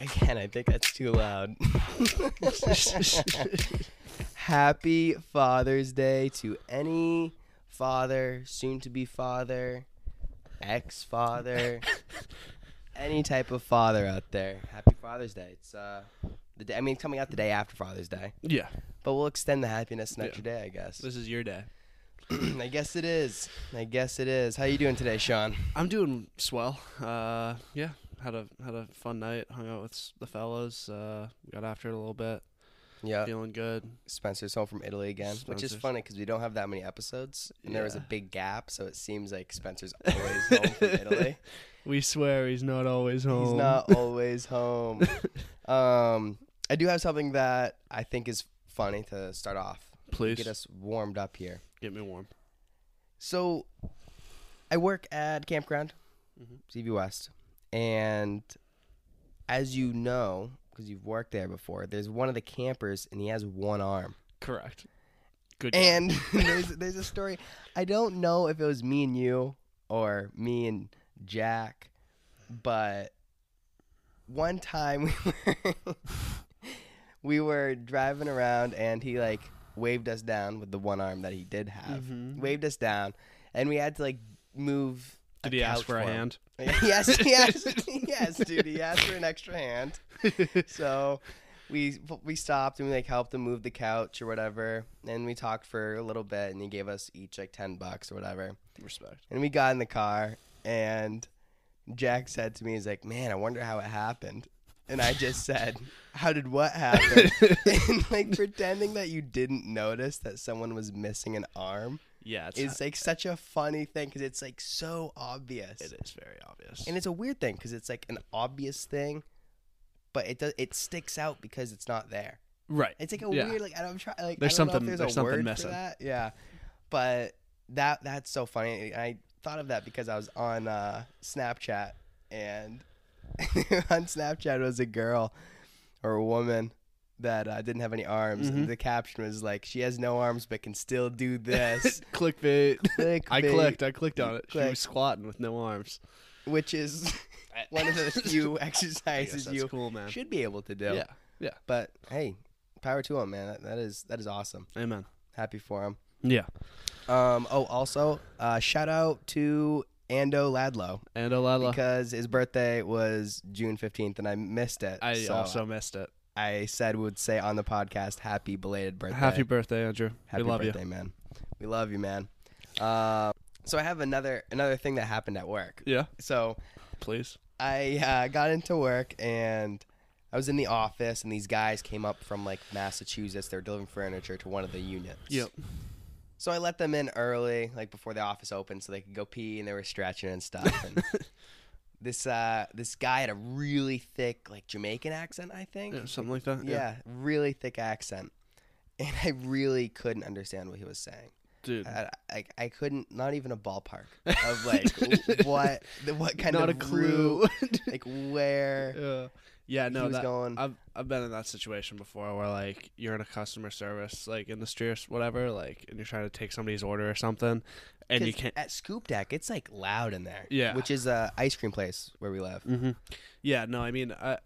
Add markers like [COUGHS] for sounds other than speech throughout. Again, I think that's too loud. [LAUGHS] Happy Father's Day to any father, soon to be father, ex father, any type of father out there. Happy Father's Day. It's uh the day I mean coming out the day after Father's Day. Yeah. But we'll extend the happiness an Yeah. extra day, I guess. This is your day. [CLEARS THROAT] I guess it is. I guess it is. How you doing today, Sean? I'm doing swell. Uh, yeah. Had a had a fun night. Hung out with s- the fellas. Uh, got after it a little bit. Yeah. Feeling good. Spencer's home from Italy again, which is Spencer's- funny because we don't have that many episodes, and there was a Yeah. big gap, so it seems like [LAUGHS] Spencer's always home from Italy. We swear he's not always home. He's not always [LAUGHS] home. Um, I do have something that I think is funny to start off, Please get get, us warmed up here. me warm. So, I work at Campground, Mhm. CV West, and as you know, because you've worked there before, there's one of the campers, and he has one arm. Correct. Good. job. And [LAUGHS] there's there's a story. I don't know if it was me and you or me and Jack, but one time [LAUGHS] we were we were driving around and he like waved us down with the one arm that he did have. Mhm. Waved us down and we had to like move Did he ask couch for a him. hand? [LAUGHS] Yes, yes, [LAUGHS] yes, dude. He asked for an extra hand so we we stopped and we like helped him move the couch or whatever and we talked for a little bit and he gave us each like 10 bucks or whatever Respect. and we got in the car and jack said to me he's like man i wonder how it happened and i just said how did what happen and like pretending that you didn't notice that someone was missing an arm Yeah, it's, is like such a funny thing because it's like so obvious it is very obvious. and it's a weird thing because it's like an obvious thing, but it does it sticks out because it's not there. right. [LAUGHS] It's like a Yeah. weird like I don't try like There's I don't something- know if there's, there's a something word for missing. that. Yeah, but that that's so funny. I thought of that because I was on uh, Snapchat and [LAUGHS] on Snapchat was a girl or a woman. That uh, didn't have any arms. Mhm. And the caption was like, "She has no arms, but can still [LAUGHS] do this." clickbait. I Clickbait. clicked. I clicked on it. She Click. was squatting with no arms. which is [LAUGHS] one of [LAUGHS] the few I exercises guess that's you cool, man. should be able to do. Yeah. But hey, power to him, man. That, that is that is awesome. Amen. Happy for him. Yeah. Um. Oh, also, uh, shout out to Ando Ladlow And Alala. because his birthday was June fifteenth, and I missed it. I so also missed it. I said would say on the podcast, "Happy belated birthday." Happy birthday, Andrew. Happy we love birthday, man. We love you, man. Uh, so I have another another thing that happened at work. you. Yeah. So Please. I uh, got into work and I was in the office, and these guys came up from like Massachusetts. They were delivering furniture to one of the units. Yep. So I let them in early, like before the office opened, so they could go pee, and they were stretching and [LAUGHS] stuff. And this uh, this guy had a really thick, like Jamaican accent, I think. Yeah, something like that. yeah, really thick accent, and I really couldn't understand what he was saying. Dude. I, I, I couldn't, not even a [LAUGHS] ballpark of like what what kind Not of a clue. route, [LAUGHS] like where. yeah. Yeah, he no, was that, going. I've I've been in that situation before where like you're in a customer service like industry or s- whatever, like and you're trying to take somebody's order or something [LAUGHS] and you 'Cause can't at Scoop Deck. It's like loud in there. Yeah. which is a ice cream place where we [LAUGHS] live. Mm-hmm. Yeah, no, I mean, I,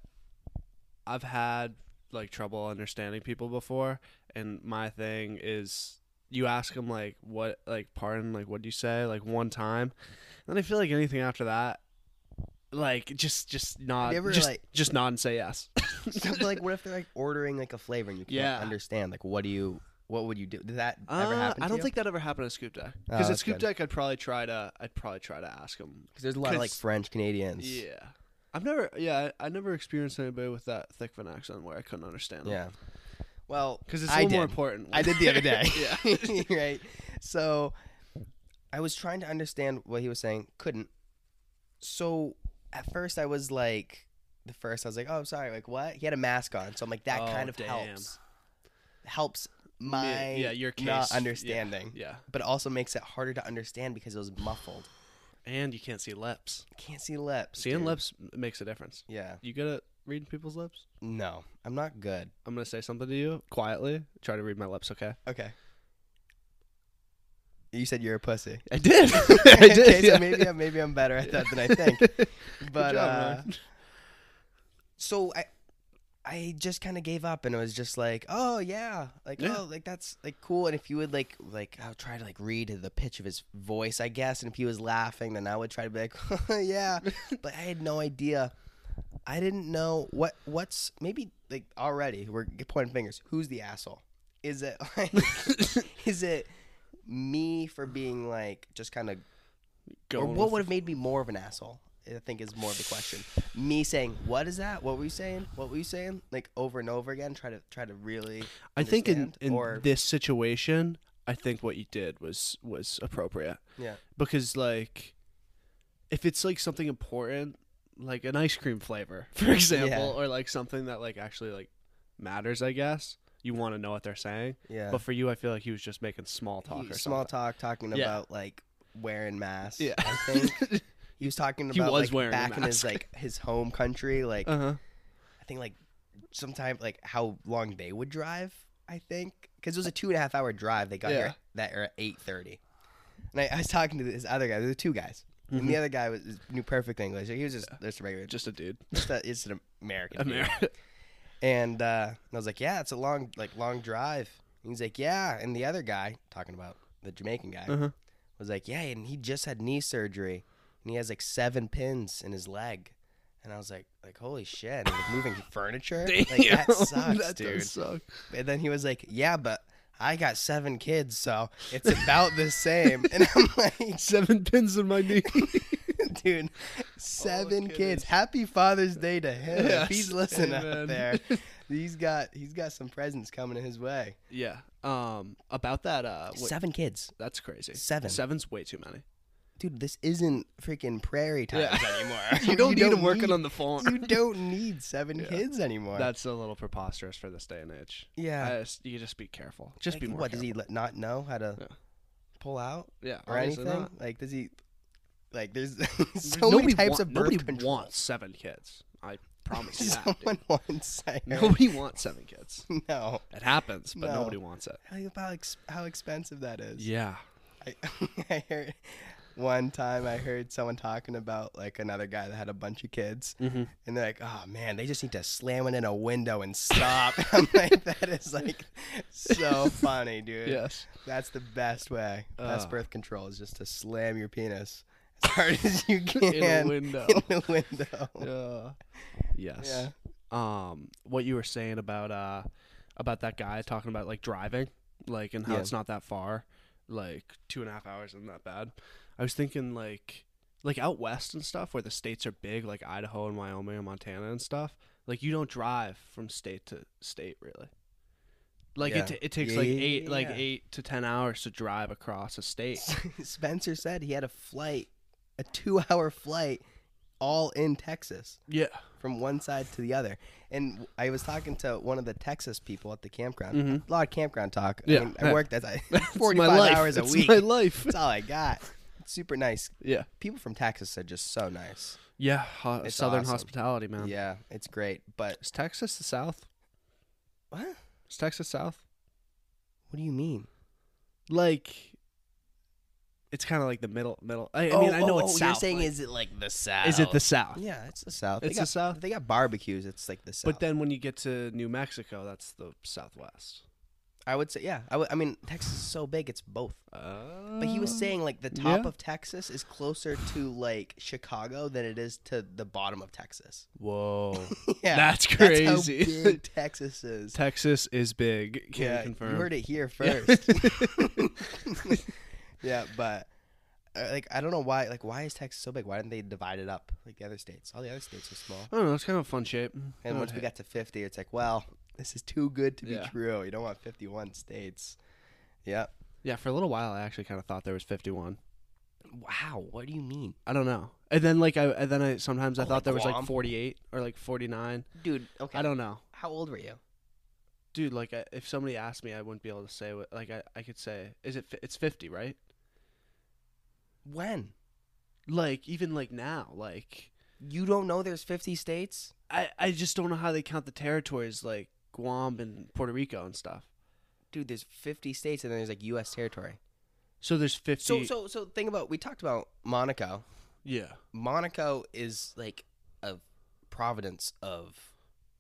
I've had like trouble understanding people before, and my thing is, you ask them like, what, like, pardon, like, what do you say, like, one time, and I feel like anything after that, like, just, just not, You ever, just, like- just nod and [LAUGHS] say yes. So, but, like, what if they're like ordering like a flavor and you can't Yeah. understand? Like, what do you? What would you do? Did that ever [LAUGHS] Uh, happen? I don't think that ever happened at Scoop Deck Oh, because at that's Scoop good. Deck I'd probably try to, I'd probably try to ask them. because there's a lot of like 'cause- French Canadians. Yeah, I've never, yeah, I, I never experienced anybody with that thick of an accent where I couldn't understand. Yeah. Well, because it's a I little did. more important. I did the other day. [LAUGHS] [LAUGHS] yeah. right. So I was trying to understand what he was saying, couldn't. So at first I was like the first I was like, "Oh, I'm sorry." Like, what? He had a mask on. So I'm like that Oh, kind of damn. helps. Helps my yeah, your not case. Yeah. understanding. Yeah. But also makes it harder to understand because it was muffled. And you can't see lips. Can't see lips. Seeing dude. lips m- makes a difference. Yeah. You good at reading people's lips? No, I'm not good. I'm gonna say something to you quietly. Try to read my lips, okay? Okay. You said you're a pussy. I [LAUGHS] did. [LAUGHS] okay, so maybe I'm, maybe I'm better at that than I think. But uh, so I I just kind of gave up and it was just like, oh yeah, like Yeah. oh like that's like cool. And if you would like like I'll try to like read the pitch of his voice, I guess. And if he was laughing, then I would try to be like, [LAUGHS] [LAUGHS] yeah. but I had no idea. I didn't know what what's maybe like already we're pointing fingers. Who's the asshole? Is it [LAUGHS] [LAUGHS] like is it me for being like just kind of or Going what with- would have made me more of an asshole? I think is more of the question. Me saying, "What is that? What were you saying? What were you saying?" Like over and over again, try to try to really. I think in, understand, in or this situation, I think what you did was was appropriate. yeah, because like if it's like something important like an ice cream flavor [LAUGHS] for example Yeah. or like something that like actually like matters i guess you want to know what they're saying yeah. but for you i feel like he was just making small talk or small something talk, talking Yeah. about like wearing masks. yeah [LAUGHS] I think he was talking He about was like, wearing a back in his mask. like his home country. Like uh-huh I think like sometime like how long they would drive. I think because it was a two and a half hour drive. They got Yeah. here that are at eight thirty. And I, I was talking to this other guy. There were two guys, and Mm-hmm. the other guy was knew perfect English. He was just just a regular, just, just [LAUGHS] a dude a, it's an American. dude. [LAUGHS] America. And uh, and I was like, yeah, it's a long like long drive. And he's like, yeah. And the other guy talking about the Jamaican guy Uh-huh. was like, yeah, and he just had knee surgery, and he has like seven pins in his leg. And I was like, like holy shit, and like [LAUGHS] moving furniture, like that sucks, that dude. does suck. And then he was like, yeah, but. I got seven kids, so it's about the same. [LAUGHS] And I'm like, seven pins in my knee dude, seven kidding. kids. Happy Father's Day to him. Yes, [LAUGHS] If he's listening amen. out there, he's got he's got some presents coming in his way. [LAUGHS] yeah um about that uh wait, Seven kids, that's crazy Seven. seven's way too many dude. This isn't freaking prairie times Yeah. [LAUGHS] anymore. you don't need him working need- on the phone [LAUGHS] You don't need seven Yeah. kids anymore. that's a little preposterous for this day and age yeah. I just- you just be careful. Just Like, be more what careful. does he let- not know how to Yeah. pull out yeah, or obviously anything? not. Like does he? Like there's [LAUGHS] so nobody many types want- of birth nobody control. wants seven kids. I promise you that. dude. [LAUGHS] Someone wants [LAUGHS] Nobody wants seven kids. no. It happens, but No. nobody wants it. How about ex- how expensive that is? Yeah. I, [LAUGHS] I heard one time I heard someone talking about like another guy that had a bunch of kids, Mm-hmm. and they're like, "Oh man, they just need to slam it in a window and stop." [LAUGHS] I'm like, that is like so funny, dude. [LAUGHS] Yes. That's the best way. Ah. Best birth control is just to slam your penis as hard as you can [LAUGHS] [LAUGHS] In a window. in the window. Yeah. Yes. Yeah. Um, what you were saying about uh, about that guy talking about like driving, like and how Yeah. it's not that far, like two and a half hours isn't that bad. I was thinking like like out west and stuff where the states are big, like Idaho and Wyoming and Montana and stuff. Like you don't drive from state to state really. Like Yeah. it, t- it takes Yeah, like yeah, yeah, eight like yeah. eight to ten hours to drive across [LAUGHS] a state. Spencer said he had a flight, a two-hour flight, all in Texas. yeah. from one side to the other. And I was talking to one of the Texas people at the campground. Mhm. A lot of campground talk. Yeah. I, mean, I worked as [LAUGHS] I That's my 45 life. hours a That's week. my life. [LAUGHS] That's all I got. Super nice. Yeah. People from Texas are just so nice. Yeah. ho- It's Southern awesome. hospitality, man. Yeah, it's great. But Is Texas the South? what? What Is Texas South? do you mean? Like, it's kind of like the middle, middle. I, I mean, I know it's oh, South. You're saying like, is it like the South? is it the South? Yeah, it's the South. It's they the got, South. They got barbecues. It's like the South. But then when you get to New Mexico, that's the Southwest. I would say yeah. I would- I mean, Texas is so big. It's both. Uh, But he was saying like the top yeah. of Texas is closer to like Chicago than it is to the bottom of Texas. [LAUGHS] Oh. "Whoa, Yeah, that's that's crazy." how [LAUGHS] big Texas is. Texas is big. Can yeah, confirm. you heard it here Yeah. first. [LAUGHS] [LAUGHS] yeah, but uh, like I don't know why. Like why is Texas so big? Why didn't they divide it up like the other states? All the other states are small. I don't know. It's kind of a fun shape. And I once would we hate- got to fifty, it's like well, this is too good to be Yeah. true. You don't want fifty-one states. Yeah. yeah, for a little while, I actually kind of thought there was fifty-one. Wow. What do you mean, I don't know. And then like I, and then I sometimes I Oh, thought like there was like Guam? forty-eight or like forty-nine. dude? Okay. I don't know. How old were you? dude like I, if somebody asked me i wouldn't be able to say what like i, I could say is it fi- it's 50 right When? like even like now like You don't know there's 50 states? i i just don't know how they count the territories like guam and puerto rico and stuff Dude, there's 50 states and then there's like US territory. so there's 50 So so so think about we talked about Monaco. yeah Monaco is like a providence of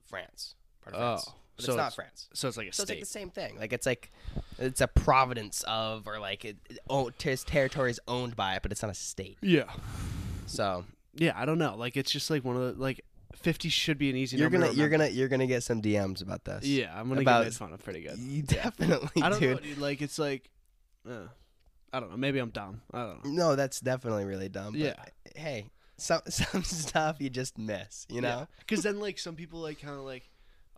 France, part of France, Oh, but so it's not it's- France. So it's like a So it's like state. the same thing. Like it's like it's a province of, or like it, it, oh, his territory is owned by it, but it's not a state. yeah. So Yeah, I don't know. Like it's just like one of the like 50 should be an easy you're number. gonna to you're remember. gonna you're gonna get some DMs about this. Yeah, I'm gonna about- get made fun of pretty good. you [LAUGHS] definitely, I don't dude. know, dude. Like it's like, uh, I don't know. Maybe I'm dumb. I don't know. No, that's definitely really dumb. But uh, Yeah. Hey, some [LAUGHS] some stuff you just miss, you know. Because then like some people like kind of like,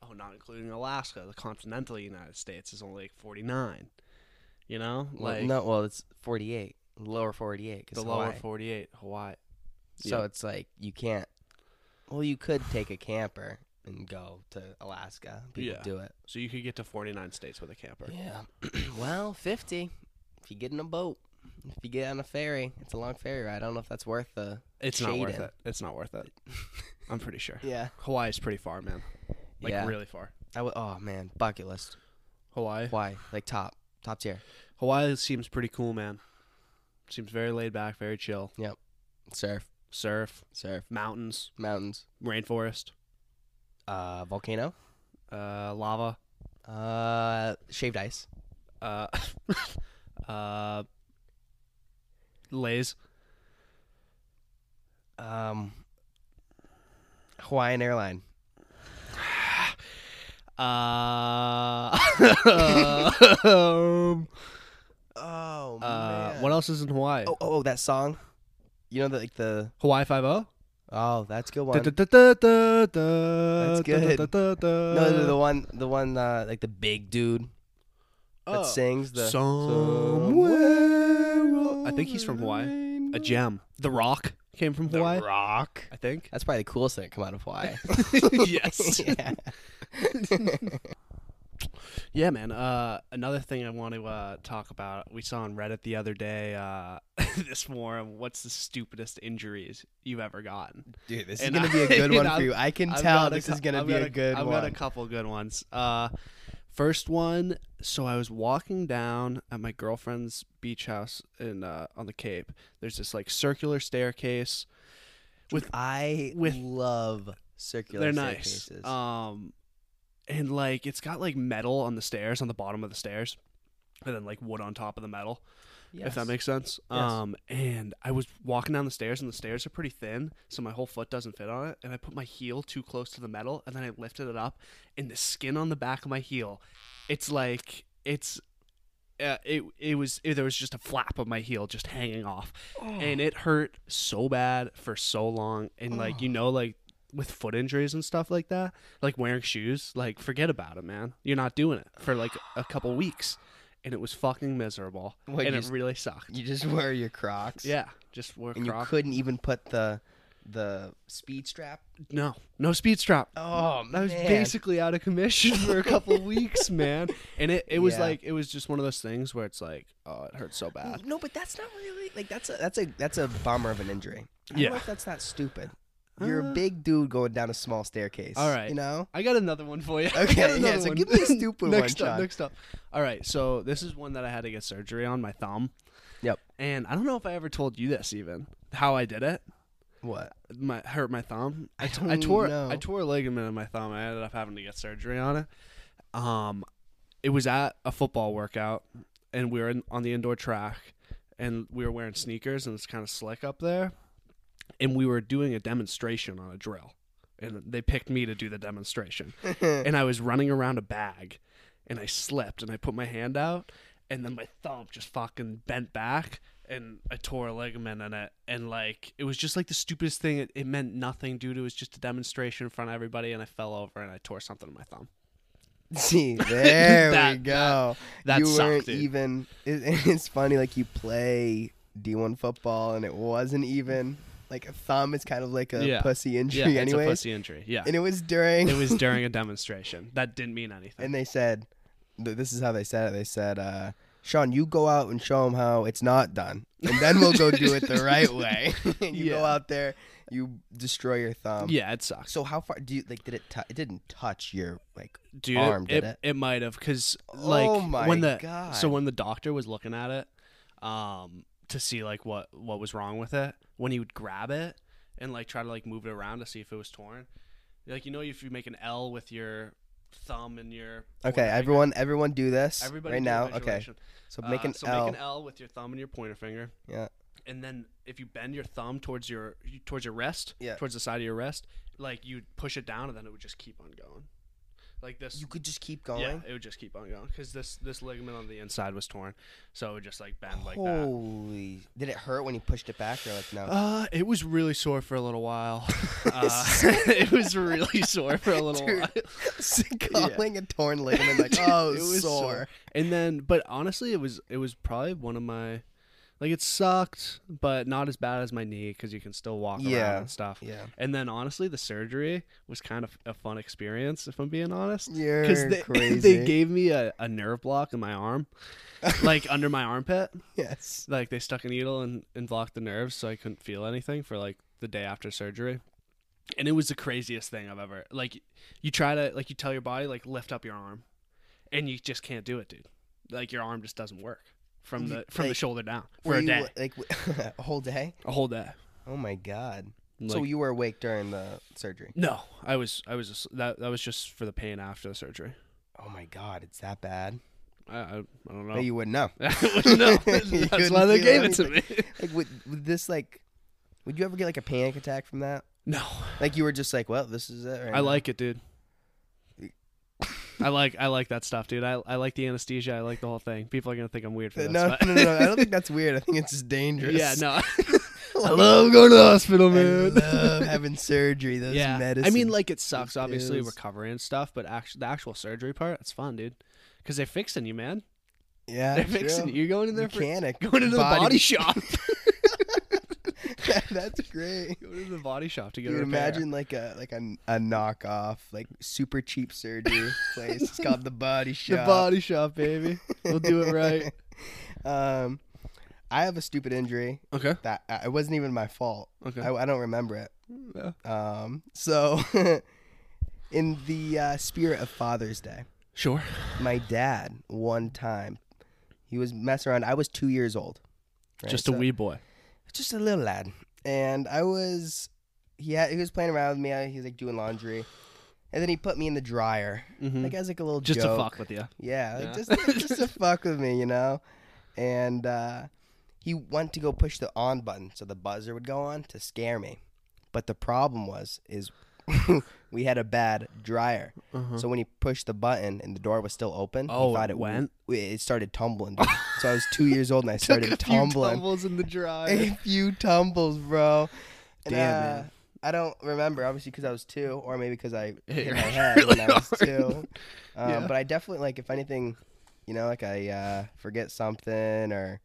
oh, not including Alaska, the continental United States is only like 49. You know, Well, like no, well, it's 48, lower 48, the because lower 48, Hawaii. So yeah. it's like you can't. Well, you could take a camper and go to Alaska. People Yeah. do it. So you could get to 49 states with a camper. Yeah. [CLEARS THROAT] well, 50 if you get in a boat. If you get on a ferry, it's a long ferry ride. I don't know if that's worth the. It's not worth Shaded. it. It's not [LAUGHS] worth it. I'm pretty sure. Yeah. Hawaii's pretty far, man. Like yeah. really far. I would, oh man, bucket list. Hawaii. Why? Like top, top tier. Hawaii seems pretty cool, man. Seems very laid back, very chill. Surf, Surf, surf, mountains, mountains, rainforest, uh, volcano. uh, lava, Uh, shaved ice. uh, [LAUGHS] uh, lays. Um, Hawaiian airline. [LAUGHS] Uh, [LAUGHS] um, Oh uh, what else is in Hawaii? Oh, oh, oh, that song. You know that like the Hawaii Five O. oh that's a good one. That's good. good. No, the, the No, one, the one uh, like the big dude Oh. that sings the Somewhere. I think he's from Hawaii. A gem. gem. The Rock came from The Hawaii. Rock. I think. That's probably the coolest thing to come out of Hawaii. [LAUGHS] [LAUGHS] yes. yeah. [LAUGHS] Yeah, man. Uh, another thing I want to uh, talk about. We saw on Reddit the other day uh, [LAUGHS] this forum. What's the stupidest injuries you've ever gotten? Dude, this And is gonna I- be a [LAUGHS] good and one I've- for you. I can I've tell got a this cou- is gonna I've be got a good I've got a one. couple good ones. Uh, first one. So I was walking down at my girlfriend's beach house in uh, on the Cape. There's this like circular staircase. I with- love circular They're nice. staircases. Um, and like it's got like metal on the stairs on the bottom of the stairs, and then like wood on top of the metal. if that Yes. makes sense. Yes. Um, and I was walking down the stairs, and the stairs are pretty thin, so my whole foot doesn't fit on it. And I put my heel too close to the metal, and then I lifted it up, and the skin on the back of my heel, it's like it's. Uh, it it was it, there was just a flap of my heel just hanging off, Oh. and it hurt so bad for so long. And like you know, like with foot injuries and stuff like that, like wearing shoes, like forget about it, man. You're not doing it for like a couple weeks, and it was fucking miserable, What, and you it s- really sucked. You just wear your Crocs. Yeah, just work. And you couldn't even put the the speed strap. no, no speed strap. Oh, I was basically out of commission for [LAUGHS] a couple weeks, man. And it, it was Yeah. like it was just one of those things where it's like, oh, it hurts so bad. No, but that's not really like that's a that's a that's a bummer of an injury. I Yeah. don't know if that's not stupid. You're Uh, a big dude going down a small staircase. All right. you know. I got another one for you. [LAUGHS] I Okay, got yeah, another so give me a stupid [LAUGHS] next one, up, John. next up. All right, so this is one that I had to get surgery on my thumb. Yep. And I don't know if I ever told you this even how I did it. What? My hurt my thumb. I, t- don't I tore know. I tore a ligament in my thumb. I ended up having to get surgery on it. Um, it was at a football workout, and we were in, on the indoor track, and we were wearing sneakers, and it's kind of slick up there, and we were doing a demonstration on a drill, and they picked me to do the demonstration [LAUGHS] and I was running around a bag and I slipped and I put my hand out and then my thumb just fucking bent back and I tore a ligament in it and like it was just like the stupidest thing it, it meant nothing dude it was just a demonstration in front of everybody and I fell over and I tore something in [LAUGHS] my thumb See, there we [LAUGHS] That- go. that you sucked, weren't dude. even. It, [LAUGHS] it's funny, like you play D1 football, and it wasn't even like a thumb is kind of like a Yeah. pussy yeah injury, it's a anyways. pussy injury yeah [LAUGHS] And it was during. it was during a demonstration that didn't mean anything [LAUGHS] and they said, th- "This is how they said it." They said, uh, "Sean, you go out and show them how it's not done, and then we'll go do it the [LAUGHS] right way." [LAUGHS] and you Yeah. go out there, you destroy your thumb. yeah it sucks So how far do you like? Did it? tou it didn't touch your like. dude arm, it, did it, it? might have because Oh like my when the God. so when the doctor was looking at it um to see like what what was wrong with it when he would grab it and like try to like move it around to see if it was torn Like you know, if you make an L with your thumb and your Okay, pointer finger. everyone, everyone, do this Everybody right do a now. Okay, visualization. so Uh, make an so L. make an L with your thumb and your pointer finger. Yeah. And then if you bend your thumb towards your towards your wrist, Yeah. towards the side of your wrist, like you'd push it down and then it would just keep on going. Like this You could just keep Yeah, going. it would just keep on going cuz this this ligament on the inside was torn. So it would just like bend like Oh, that. Holy! Did it hurt when you pushed it back? You're like, [LAUGHS] no. Uh, it was really sore for a little [LAUGHS] while. Uh, [LAUGHS] it was really sore for a [LAUGHS] little Dude. while. [LAUGHS] Calling a torn ligament like, oh, It was sore. And then, but honestly, it was it was probably one of my, like it sucked, but not as bad as my knee because you can still walk Yeah. around and stuff. Yeah. And then honestly, the surgery was kind of a fun experience if I'm being honest. You're [LAUGHS] Because they, [LAUGHS] crazy. they gave me a, a nerve block in my [LAUGHS] arm, like under my armpit. yes. Like they stuck a needle and, and blocked the nerves so I couldn't feel anything for like the day after surgery. And it was the craziest thing I've ever like you try to like you tell your body like lift up your arm and you just can't do it, dude. Like your arm just doesn't work from the from the Like, shoulder down Were for a you, day. Like [LAUGHS] a whole day. a whole day. Oh my god. so Like- you were awake during the surgery. No, I was I was just, that that was just for the pain after the surgery. Oh my god, it's that bad. I I, I don't know. But you wouldn't know. [LAUGHS] I wouldn't know. [LAUGHS] You That's why couldn't they feel gave it to me. [LAUGHS] Like would, would this like would you ever get like a panic attack from that? No, Like you were just like, well, this is it. Right I now. like it, dude. I like I like that stuff, dude. I I like the anesthesia. I like the whole thing. People are gonna think I'm weird for No, this. no, [LAUGHS] but- no, no. I don't think that's weird. I think it's [LAUGHS] just dangerous. yeah, [LAUGHS] no. I love going to the hospital, I love [LAUGHS] having surgery. Those yeah, medicines. I mean, like it sucks, obviously, pills. recovery and stuff. But actually, the actual surgery part, it's fun, dude. Because they're fixing you, man. yeah, They're fixing you. You're going in there for Mechanic. [LAUGHS] going into [LAUGHS] the body shop. that's [LAUGHS] great. going to the body shop to get You a repair. imagine like a like a, a knockoff, like super cheap surgery place. It's called the Body [LAUGHS] the Shop. body shop, baby. We'll [LAUGHS] do it right. Um, I have a stupid injury Okay. that uh, it wasn't even my fault. Okay. I, I don't remember it. Yeah. Um, so [LAUGHS] in the uh, spirit of Father's Day, Sure. my dad one time he was messing around. I was two years old, right? Just a So- wee boy. just a little lad, and I was he had, he was playing around with me. I- He was like doing laundry, and then he put me in the dryer. Mhm. Like as like a little Just joke. to fuck with you. Yeah, like, Yeah. just [LAUGHS] just to fuck with me, you know. And uh, he went to go push the on button so the buzzer would go on to scare me. But the problem was is [LAUGHS] we had a bad dryer. Uh-huh. So when he pushed the button and the door was still open, Oh, he thought it it went? It started tumbling. dude. so I was two years old and I [LAUGHS] Took started a few tumbling. tumbles in [LAUGHS] the a dry. few tumbles, bro. And, uh, Damn, man. I don't remember, obviously, because I was two, or maybe because [LAUGHS] I Hit hit your my head head really when I was hard. [LAUGHS] two. Um, Yeah. But I definitely, like, if anything, you know, like I uh, forget something or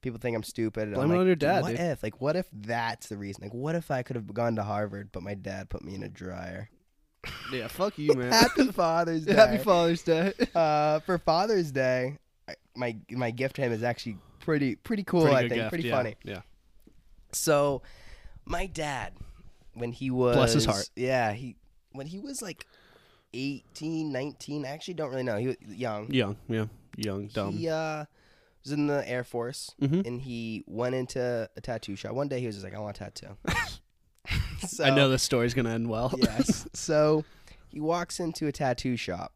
people think I'm stupid. and I'm Blame it like, on your dad, What dude." if? Like, what if that's the reason? Like, what if I could have gone to Harvard, but my dad put me in a [LAUGHS] dryer? yeah, fuck you, man. Happy Father's Day. [LAUGHS] Happy Father's Day. uh, for Father's Day, I, my my gift to him is actually pretty pretty cool. I think pretty yeah. funny. Yeah. So, my dad, when he was Bless his heart. yeah, he when he was like 18, 19, I actually don't really know. He was young. Young, yeah. Young, dumb. He uh, was in the Air Force, Mhm. and he went into a tattoo shop. One day, he was just like, "I want a tattoo." [LAUGHS] so, [LAUGHS] I know this story's gonna end well. yes. [LAUGHS] So he walks into a tattoo shop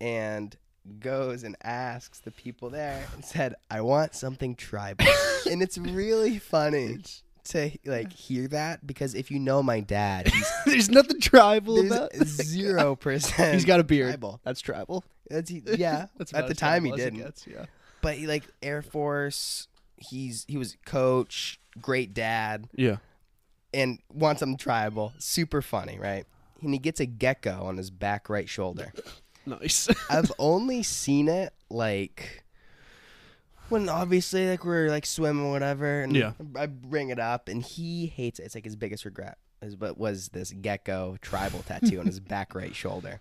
and goes and asks the people there and said, "I want something [LAUGHS] tribal." and it's really funny to like hear that because if you know my dad, [LAUGHS] he's [LAUGHS] There's nothing tribal there's about. [LAUGHS] [LAUGHS] zero percent. He's got a beard. tribal. That's tribal. That's he, yeah. [LAUGHS] That's at about the as time he tribal as it didn't, gets, yeah. but he, like Air Force, he's he was coach, great dad. Yeah. and wants something tribal. Super funny, right? And he gets a gecko on his back right shoulder. [LAUGHS] Nice. [LAUGHS] I've only seen it like when obviously like we're like swimming or whatever, and Yeah. I bring it up, and he hates it. It's like his biggest regret is but was this gecko tribal tattoo [LAUGHS] on his back right shoulder.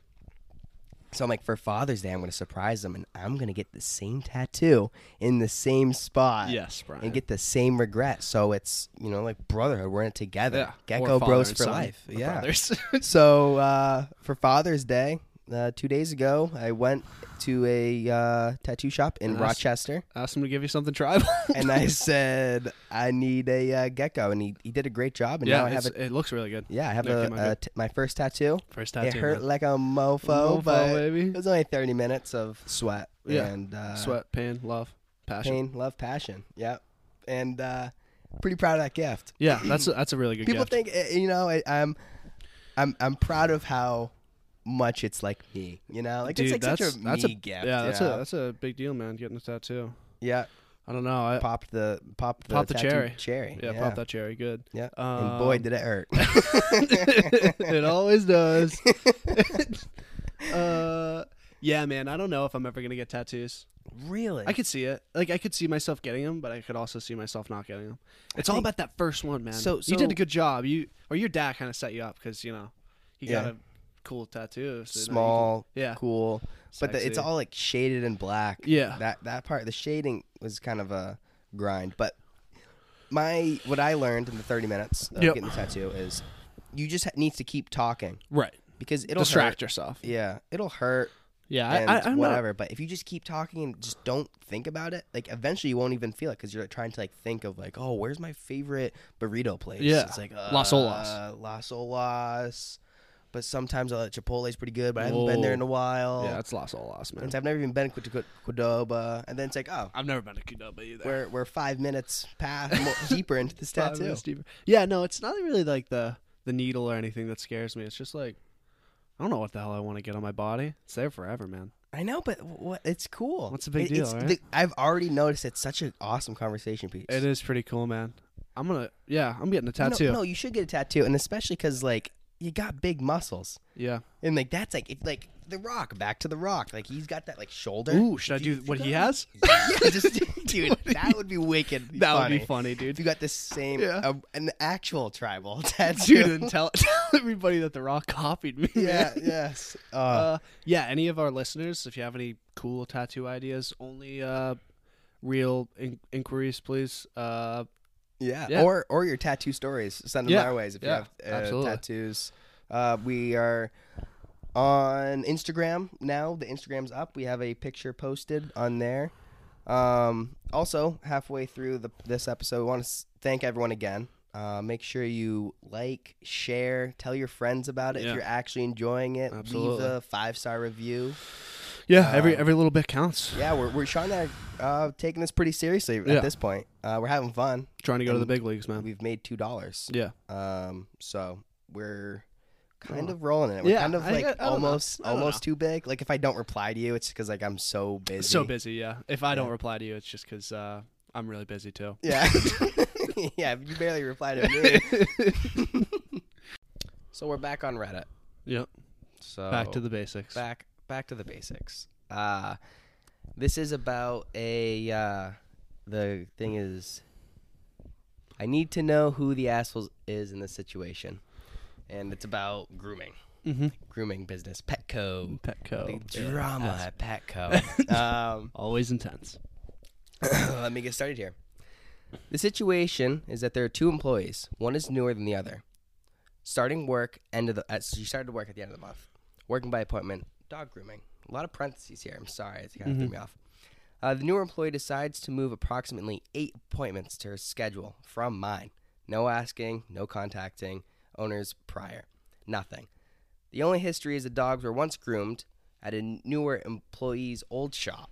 So I'm like, for Father's Day, I'm gonna surprise him, and I'm gonna get the same tattoo in the same spot yes, Brian. and get the same regret. So it's you know like brotherhood. We're in it together. yeah. Gecko Or father bros and for son, [LAUGHS] life. or Yeah. brothers. So uh, for Father's Day, uh, two days ago. I went to a uh, tattoo shop in Nice. Rochester, Ask him to give you something tribal. [LAUGHS] [LAUGHS] and I said I need a uh, gecko, and he, he did a great job. And yeah, now I have a it's- it looks really good. yeah, I have it a, came out a good. t- my first tattoo. First tattoo. it hurt man. like a mofo, Mofo, but baby. it was only thirty minutes of sweat Yeah. and uh, Sweat, pain, love, passion. pain, love, passion. Yep, and uh, pretty proud of that gift. Yeah, that's a, that's a really good people gift. think eh, you know I, I'm, I'm I'm proud of how much it's like me. You know, like it's like such a me gift. Yeah, that's you a know? that's a big deal, man. Getting a tattoo. yeah. I don't know. I, Pop the pop the, Pop the tattoo cherry. cherry. yeah, pop that cherry. Good. Yeah, Um, and boy [LAUGHS] did it hurt. [LAUGHS] it always does. [LAUGHS] [LAUGHS] uh, yeah, man. I don't know if I'm ever gonna get tattoos. really? I could see it. Like I could see myself getting them, but I could also see myself not getting them. It's all think- about that first one, man. So- you did so- a good job. You or your dad kind of set you up because you know he Yeah. got a cool tattoo. so now you can- Small, yeah. cool, but the, it's Sexy. all like shaded in black. Yeah. that that part, the shading was kind of a grind. But my what I learned in the thirty minutes of Yep. getting the tattoo is, you just ha- needs to keep talking right. because it'll Distract hurt. yourself. Yeah, it'll hurt. Yeah, and I, I, I'm not whatever. But if you just keep talking and just don't think about it, like eventually you won't even feel it because you're trying to like think of like, oh, where's my favorite burrito place? Yeah. it's like Las Olas. uh, Las Olas. But sometimes uh, Chipotle's pretty good, but I haven't been there Whoa. in a while. Yeah, it's lost all lost, man. And so I've never even been to Qu- Qdoba, and then it's like, oh, I've never been to Qdoba either. we're we're five minutes past more, [LAUGHS] deeper into this Five tattoo. minutes deeper. Yeah, no, it's not really like the the needle or anything that scares me. It's just like I don't know what the hell I want to get on my body. It's there forever, man. I know, but what? It's cool. What's the big It- it's deal, right? the- I've already noticed it's such an awesome conversation piece. It is pretty cool, man. I'm gonna yeah, I'm getting a No, tattoo. No, you should get a tattoo, and especially because like you got big muscles, Yeah. and like that's like it, like the Rock. Back to the Rock. Like he's got that like shoulder. Ooh, should I do what he has? [LAUGHS] yeah, just [LAUGHS] [LAUGHS] dude, that would be wicked. That would be funny, If [LAUGHS] dude. you got the same, Yeah. uh, an actual tribal [LAUGHS] tattoo. Dude, and tell, [LAUGHS] tell everybody that The Rock copied me. yeah. [LAUGHS] man. Yes. Uh, [LAUGHS] Uh, yeah, any of our listeners, if you have any cool tattoo ideas, only uh, real in- inquiries, please. Uh, yeah. yeah. Or or your tattoo stories. Send them Yeah, our ways if yeah, you have uh, absolutely. tattoos. Uh, we are on Instagram now. The Instagram's up. We have a picture posted on there. Um, also, halfway through the, this episode, we want to s- thank everyone again. Uh, make sure you like, share, tell your friends about it Yeah. if you're actually enjoying it. Absolutely. Leave a five star review. yeah, every Um, every little bit counts. Yeah, we're, we're trying to uh, taking this pretty seriously Yeah. at this point. Uh, we're having fun. Trying to go to the and big leagues, man. We've made two dollars. Yeah. Um, so we're kind Rolling. of rolling it. We're Yeah, kind of I- like I- I don't know. almost I don't almost too big. Like if I don't reply to you, it's because like I'm so busy. So busy, yeah. If I don't Yeah. reply to you, it's just because uh, I'm really busy too. [LAUGHS] Yeah. [LAUGHS] yeah, you barely reply to me. [LAUGHS] [LAUGHS] so we're back on Reddit. Yep. So Back to the basics. Oh. back back to the basics. Uh this is about a uh the thing is I need to know who the asshole is in this situation. And it's about grooming. Mm-hmm. Grooming business. Petco. The Petco. drama at Petco. um, [COUGHS] Always intense. let me get started here. The situation is that there are two employees. One is newer than the other. Starting work end of the uh, she started work at the end of the month. Working by appointment. Dog grooming. A lot of parentheses here. I'm sorry, it kind of threw me off. Uh, the newer employee decides to move approximately eight appointments to her schedule from mine. No asking, no contacting owners prior. Nothing. The only history is the dogs were once groomed at a newer employee's old shop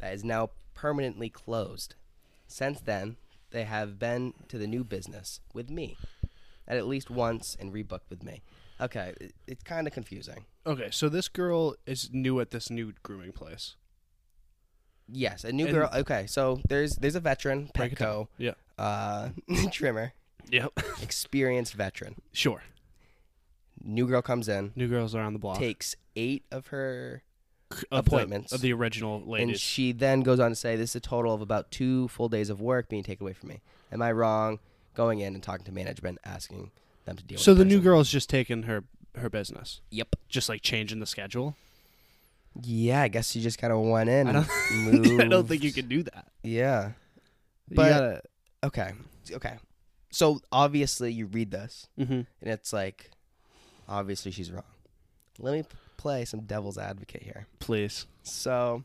that is now permanently closed. Since then, they have been to the new business with me at least once and rebooked with me. Okay, it, it's kind of confusing. Okay, so this girl is new at this new grooming place. Yes, a new And- girl. Okay, so there's there's a veteran Break it Petco Yeah. uh, [LAUGHS] trimmer, Yep. experienced veteran. sure. New girl comes in, New girls are on the block. takes eight of her C- appointments. The, of the original And ladies. she then goes on to say, "This is a total of about two full days of work being taken away from me. Am I wrong? Going in and talking to management, asking them to deal." so with the the new person. girl's just taking her her business, Yep. just like changing the schedule. [LAUGHS] Yeah, I guess she just kind of went in. I and don't, [LAUGHS] I don't think you moved. can do that. Yeah. You But- gotta- Okay. Okay. So obviously you read this Mhm. and it's like, obviously she's wrong. Let me play some devil's advocate here. Please. So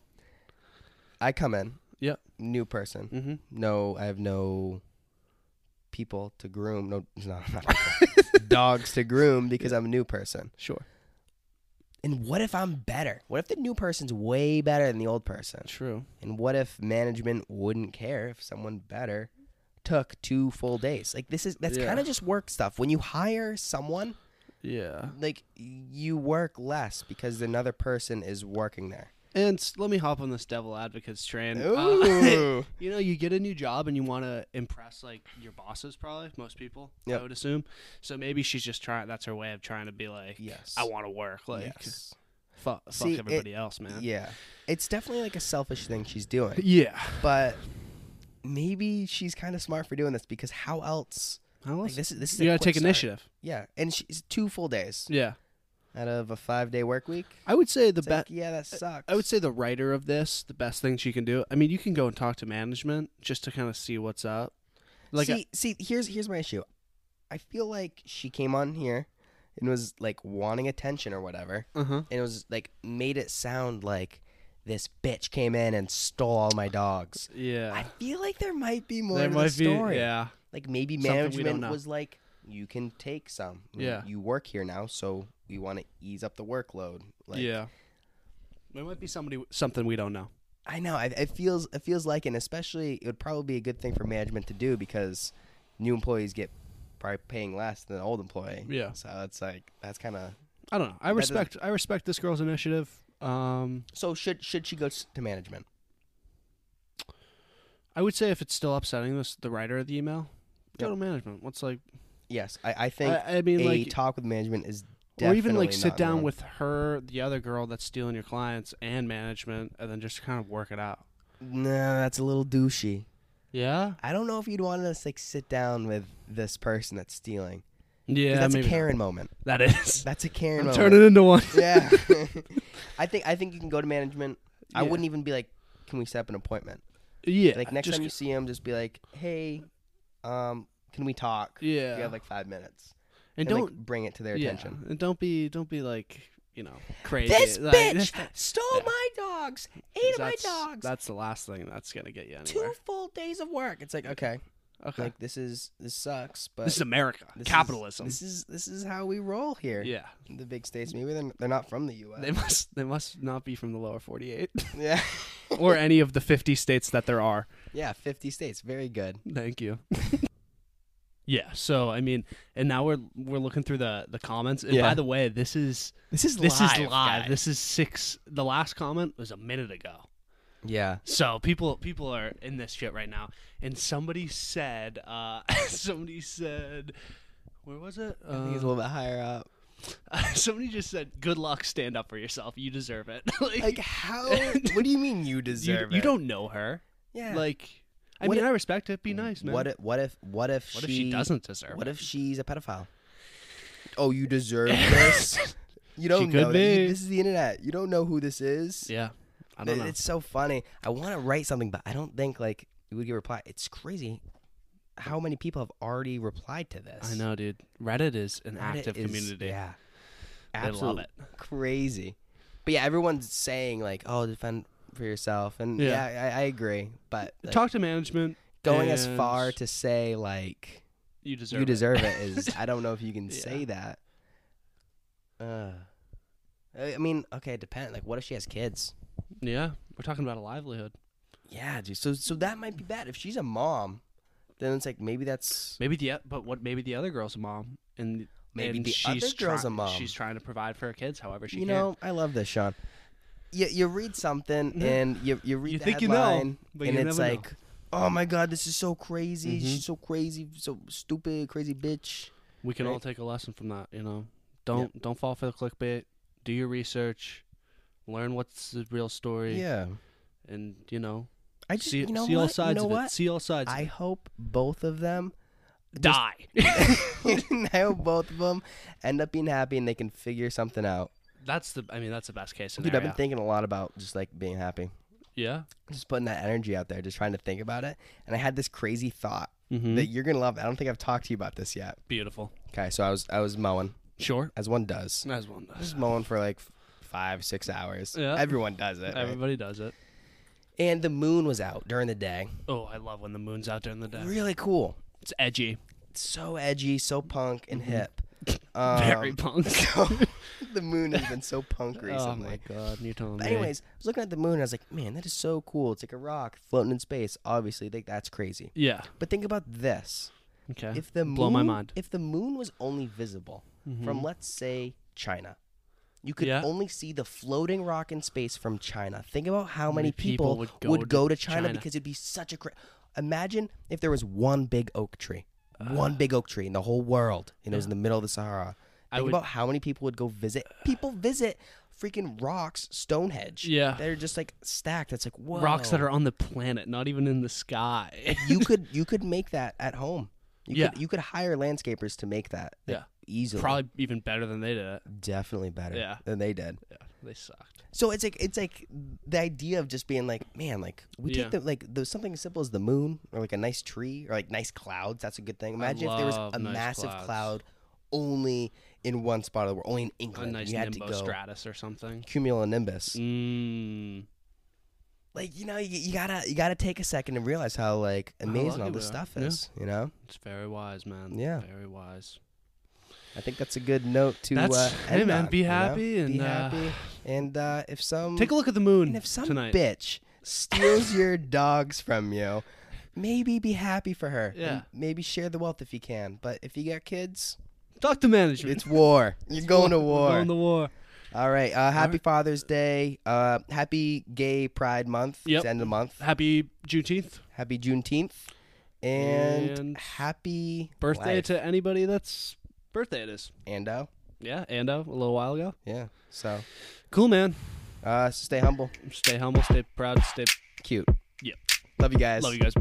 I come in. Yep. New person. Mm-hmm. No, I have no people to groom. No, no, not [LAUGHS] people. dogs to groom because I'm a new person. Sure. And what if I'm better? What if the new person's way better than the old person? True. And what if management wouldn't care if someone better took two full days? Like this is that's Yeah. kind of just work stuff. When you hire someone, Yeah. like you work less because another person is working there. And s- let me hop on this devil advocates train. Uh, Ooh. [LAUGHS] you know, you get a new job and you want to impress like your bosses, probably most people. Yep. I would assume. So maybe she's just trying. That's her way of trying to be like, yes. I want to work. Like, yes. fuck, See, it- fuck everybody else, man. Yeah. It's definitely like a selfish thing she's [LAUGHS] doing. Yeah. But maybe she's kind of smart for doing this because how else? How Like else? this is this is you a gotta quick take start. initiative. Yeah, and she's two full days Yeah. out of a 5-day work week. I would say the It's best. like, yeah, that sucks. I would say the writer of this, the best thing she can do. I mean, you can go and talk to management just to kind of see what's up. Like, uh see, see, here's here's my issue. I feel like she came on here and was like wanting attention or whatever, uh huh. and it was like made it sound like this bitch came in and stole all my dogs. I Yeah. feel like there might be more there to might the story. be. Yeah. Like maybe Something we don't management know. was like, "You can take some. You- Yeah. you work here now, so we want to ease up the workload." Like, yeah. There might be somebody something we don't know. I know. I, it feels it feels like, and especially it would probably be a good thing for management to do because new employees get probably paying less than an old employee. Yeah. So it's like that's kind of. I don't know. I That doesn't- respect. I respect this girl's initiative. Um, So should should she go s- to management? I would say if it's still upsetting this, the writer of the email, go to management. What's like? Yes, I, I think I, I a mean, like, talk with management is or definitely even like sit not down wrong. with her, the other girl that's stealing your clients, and management, and then just kind of work it out. No, that's a little douchey. Yeah. I don't know if you'd want to like sit down with this person that's stealing. 'Cause Yeah. that's a maybe not. Karen moment. [LAUGHS] That is. [LAUGHS] That's a Karen I'm moment. turning into one. [LAUGHS] yeah. I think I think you can go to management. I Yeah. wouldn't even be like, can we set up an appointment? [LAUGHS] Yeah. Like next just- time you see him, just be like, "Hey, um, can we talk? [LAUGHS] Yeah. You have like five minutes." and like, don't bring it to their yeah, attention. and don't be don't be like you know crazy. This Like, bitch [LAUGHS] stole yeah. my dogs, ate my that's- dogs, That's the last thing that's gonna get you two anywhere. full days of work. It's like [LAUGHS] okay, okay. like this is this sucks, but this is America. this is- Capitalism. this is this is how we roll here. yeah. The big states. Maybe they're, they're not from the U.S. They must they must not be from the [LAUGHS] lower 48 yeah, or any of the 50 states that there are. yeah, fifty states. Very good. Thank you. [LAUGHS] yeah, so I mean, and now we're we're looking through the the comments and Yeah. by the way, this is This is this is live. This is 6 the last comment was a minute ago. yeah. So people people are in this shit right now and somebody said uh [LAUGHS] somebody said where was it? I think he's a Uh, little bit higher [LAUGHS] up. somebody just said, "Good luck. Stand up for yourself. You deserve it." [LAUGHS] like, Like [LAUGHS] how? Oh, what do you mean you you, deserve you it? don't know her. Yeah. Like, I What mean, if- I respect it. Be nice, man. Mm, What if what if what if What she, if she doesn't deserve What if it? she's a [LAUGHS] pedophile? Oh, you deserve this. You don't know. could that. You- be. this is the internet. You don't know who this is. yeah, I don't It- know. It's so funny. I want to write something, but I don't think like we would get a reply. It's crazy how many people have already replied to this. I know, dude. Reddit is an Reddit active is- community. Yeah, I love Absolute it. Crazy, but yeah, everyone's saying like, "Oh, defend for yourself," and yeah, Yeah. I, I agree. But like, Talk to management. going as and far to say like you deserve. you it. deserve it is I don't know if you can Yeah. say that. Uh, I I mean, okay, it depends. Like, what if she has kids? [LAUGHS] yeah, we're talking about a livelihood. Yeah, dude. So, so that might be bad. If she's a mom, then it's like maybe that's Maybe the o- but what? Maybe the other girl's a mom, and maybe and the she's other girl's try- a mom. She's trying to provide for her kids, however she you can. know, I love this, Sean. You you read something Mhm. and you you read You the think you know, headline but and you it's never know. like, oh my god, this is so crazy. Mhm. She's so crazy, so stupid, crazy bitch. we can right? all take a lesson from that. You know, don't don't fall for the clickbait. Do your research. Learn what's the real story, Yeah, and you know, I just see, you know see what? all sides you know of what? it. See all sides. I hope both of them die. [LAUGHS] I hope both of them end up being happy and they can figure something out. [LAUGHS] that's the. I mean, that's the best case Dude, scenario. I've been thinking a lot about just like being happy, yeah. just putting that energy out there, just trying to think about it. And I had this crazy thought Mm-hmm. that you're gonna love. it. I don't think I've talked to you about this yet. Beautiful. Okay, so I was I was mowing Sure. as one does, As one just mowing for like f- five, six hours. Yeah. Everyone does it. right? Everybody does it. And the moon was out during the day. Oh, I love when the moon's out during the day. Really cool. It's edgy. So edgy, so punk and [LAUGHS] hip. Um, [LAUGHS] Mm-hmm. Very punk. so the moon has been so punk Oh recently. my god, you telling But me. anyways, I was looking at the moon and I was like, man, that is so cool. It's like a rock floating in space. Obviously, like that's crazy. Yeah. But think about this. Okay. If the moon, Blow my mind. If the moon was only visible from let's say China. You could Yeah. only see the floating rock in space from China. Think about how many many people, people would would, go go, to to China, China? because it'd be such a cra- Imagine if there was one big oak tree. Uh. one big oak tree in the whole world and it was in the middle of the Sahara. I Think would- about how many people would go visit. People visit freaking rocks, Stonehenge. Yeah. They're just like stacked. That's like whoa. Rocks that are on the planet, not even in [LAUGHS] the sky. you could you could make that at home. You Yeah. could you could hire landscapers to make that. like, Yeah. Easily. Probably even better than they did it. definitely better Yeah. than they did. Yeah, they sucked. So it's like it's like the idea of just being like, man, like we Yeah. take the like there's something as simple as the moon or like a nice tree or like nice clouds. That's a good thing. Imagine if there was love a nice massive clouds. cloud only in one spot of the world, only in A England. and nice you had to go nimbostratus or something. cumulonimbus. Mm. Like you know, you, you gotta you gotta take a second and realize how like amazing lucky all we this are. stuff Yeah. is. You know, It's very wise, man. Yeah. Very wise. I think that's a good note to That's- uh, hey, end man, on, be you know? happy and, be uh, happy. And uh, if some Take a look at the moon And if some tonight. bitch steals [LAUGHS] your dogs from you, maybe be happy for her. Yeah. And maybe share the wealth if you can. But if you got kids, Talk to management. it's [LAUGHS] war. You're going to war. We're going to war. All right. Uh, happy Father's Day. Uh, happy Gay Pride Month. Yep. It's the end of the month. Happy Juneteenth. Happy Juneteenth. And, And happy Birthday life, to anybody that's birthday it is. Ando. Yeah, Ando, a little while ago. Yeah. So Cool, man. uh, stay humble. Stay humble, stay proud, stay. Cute. Yep. Love you guys. Love you guys.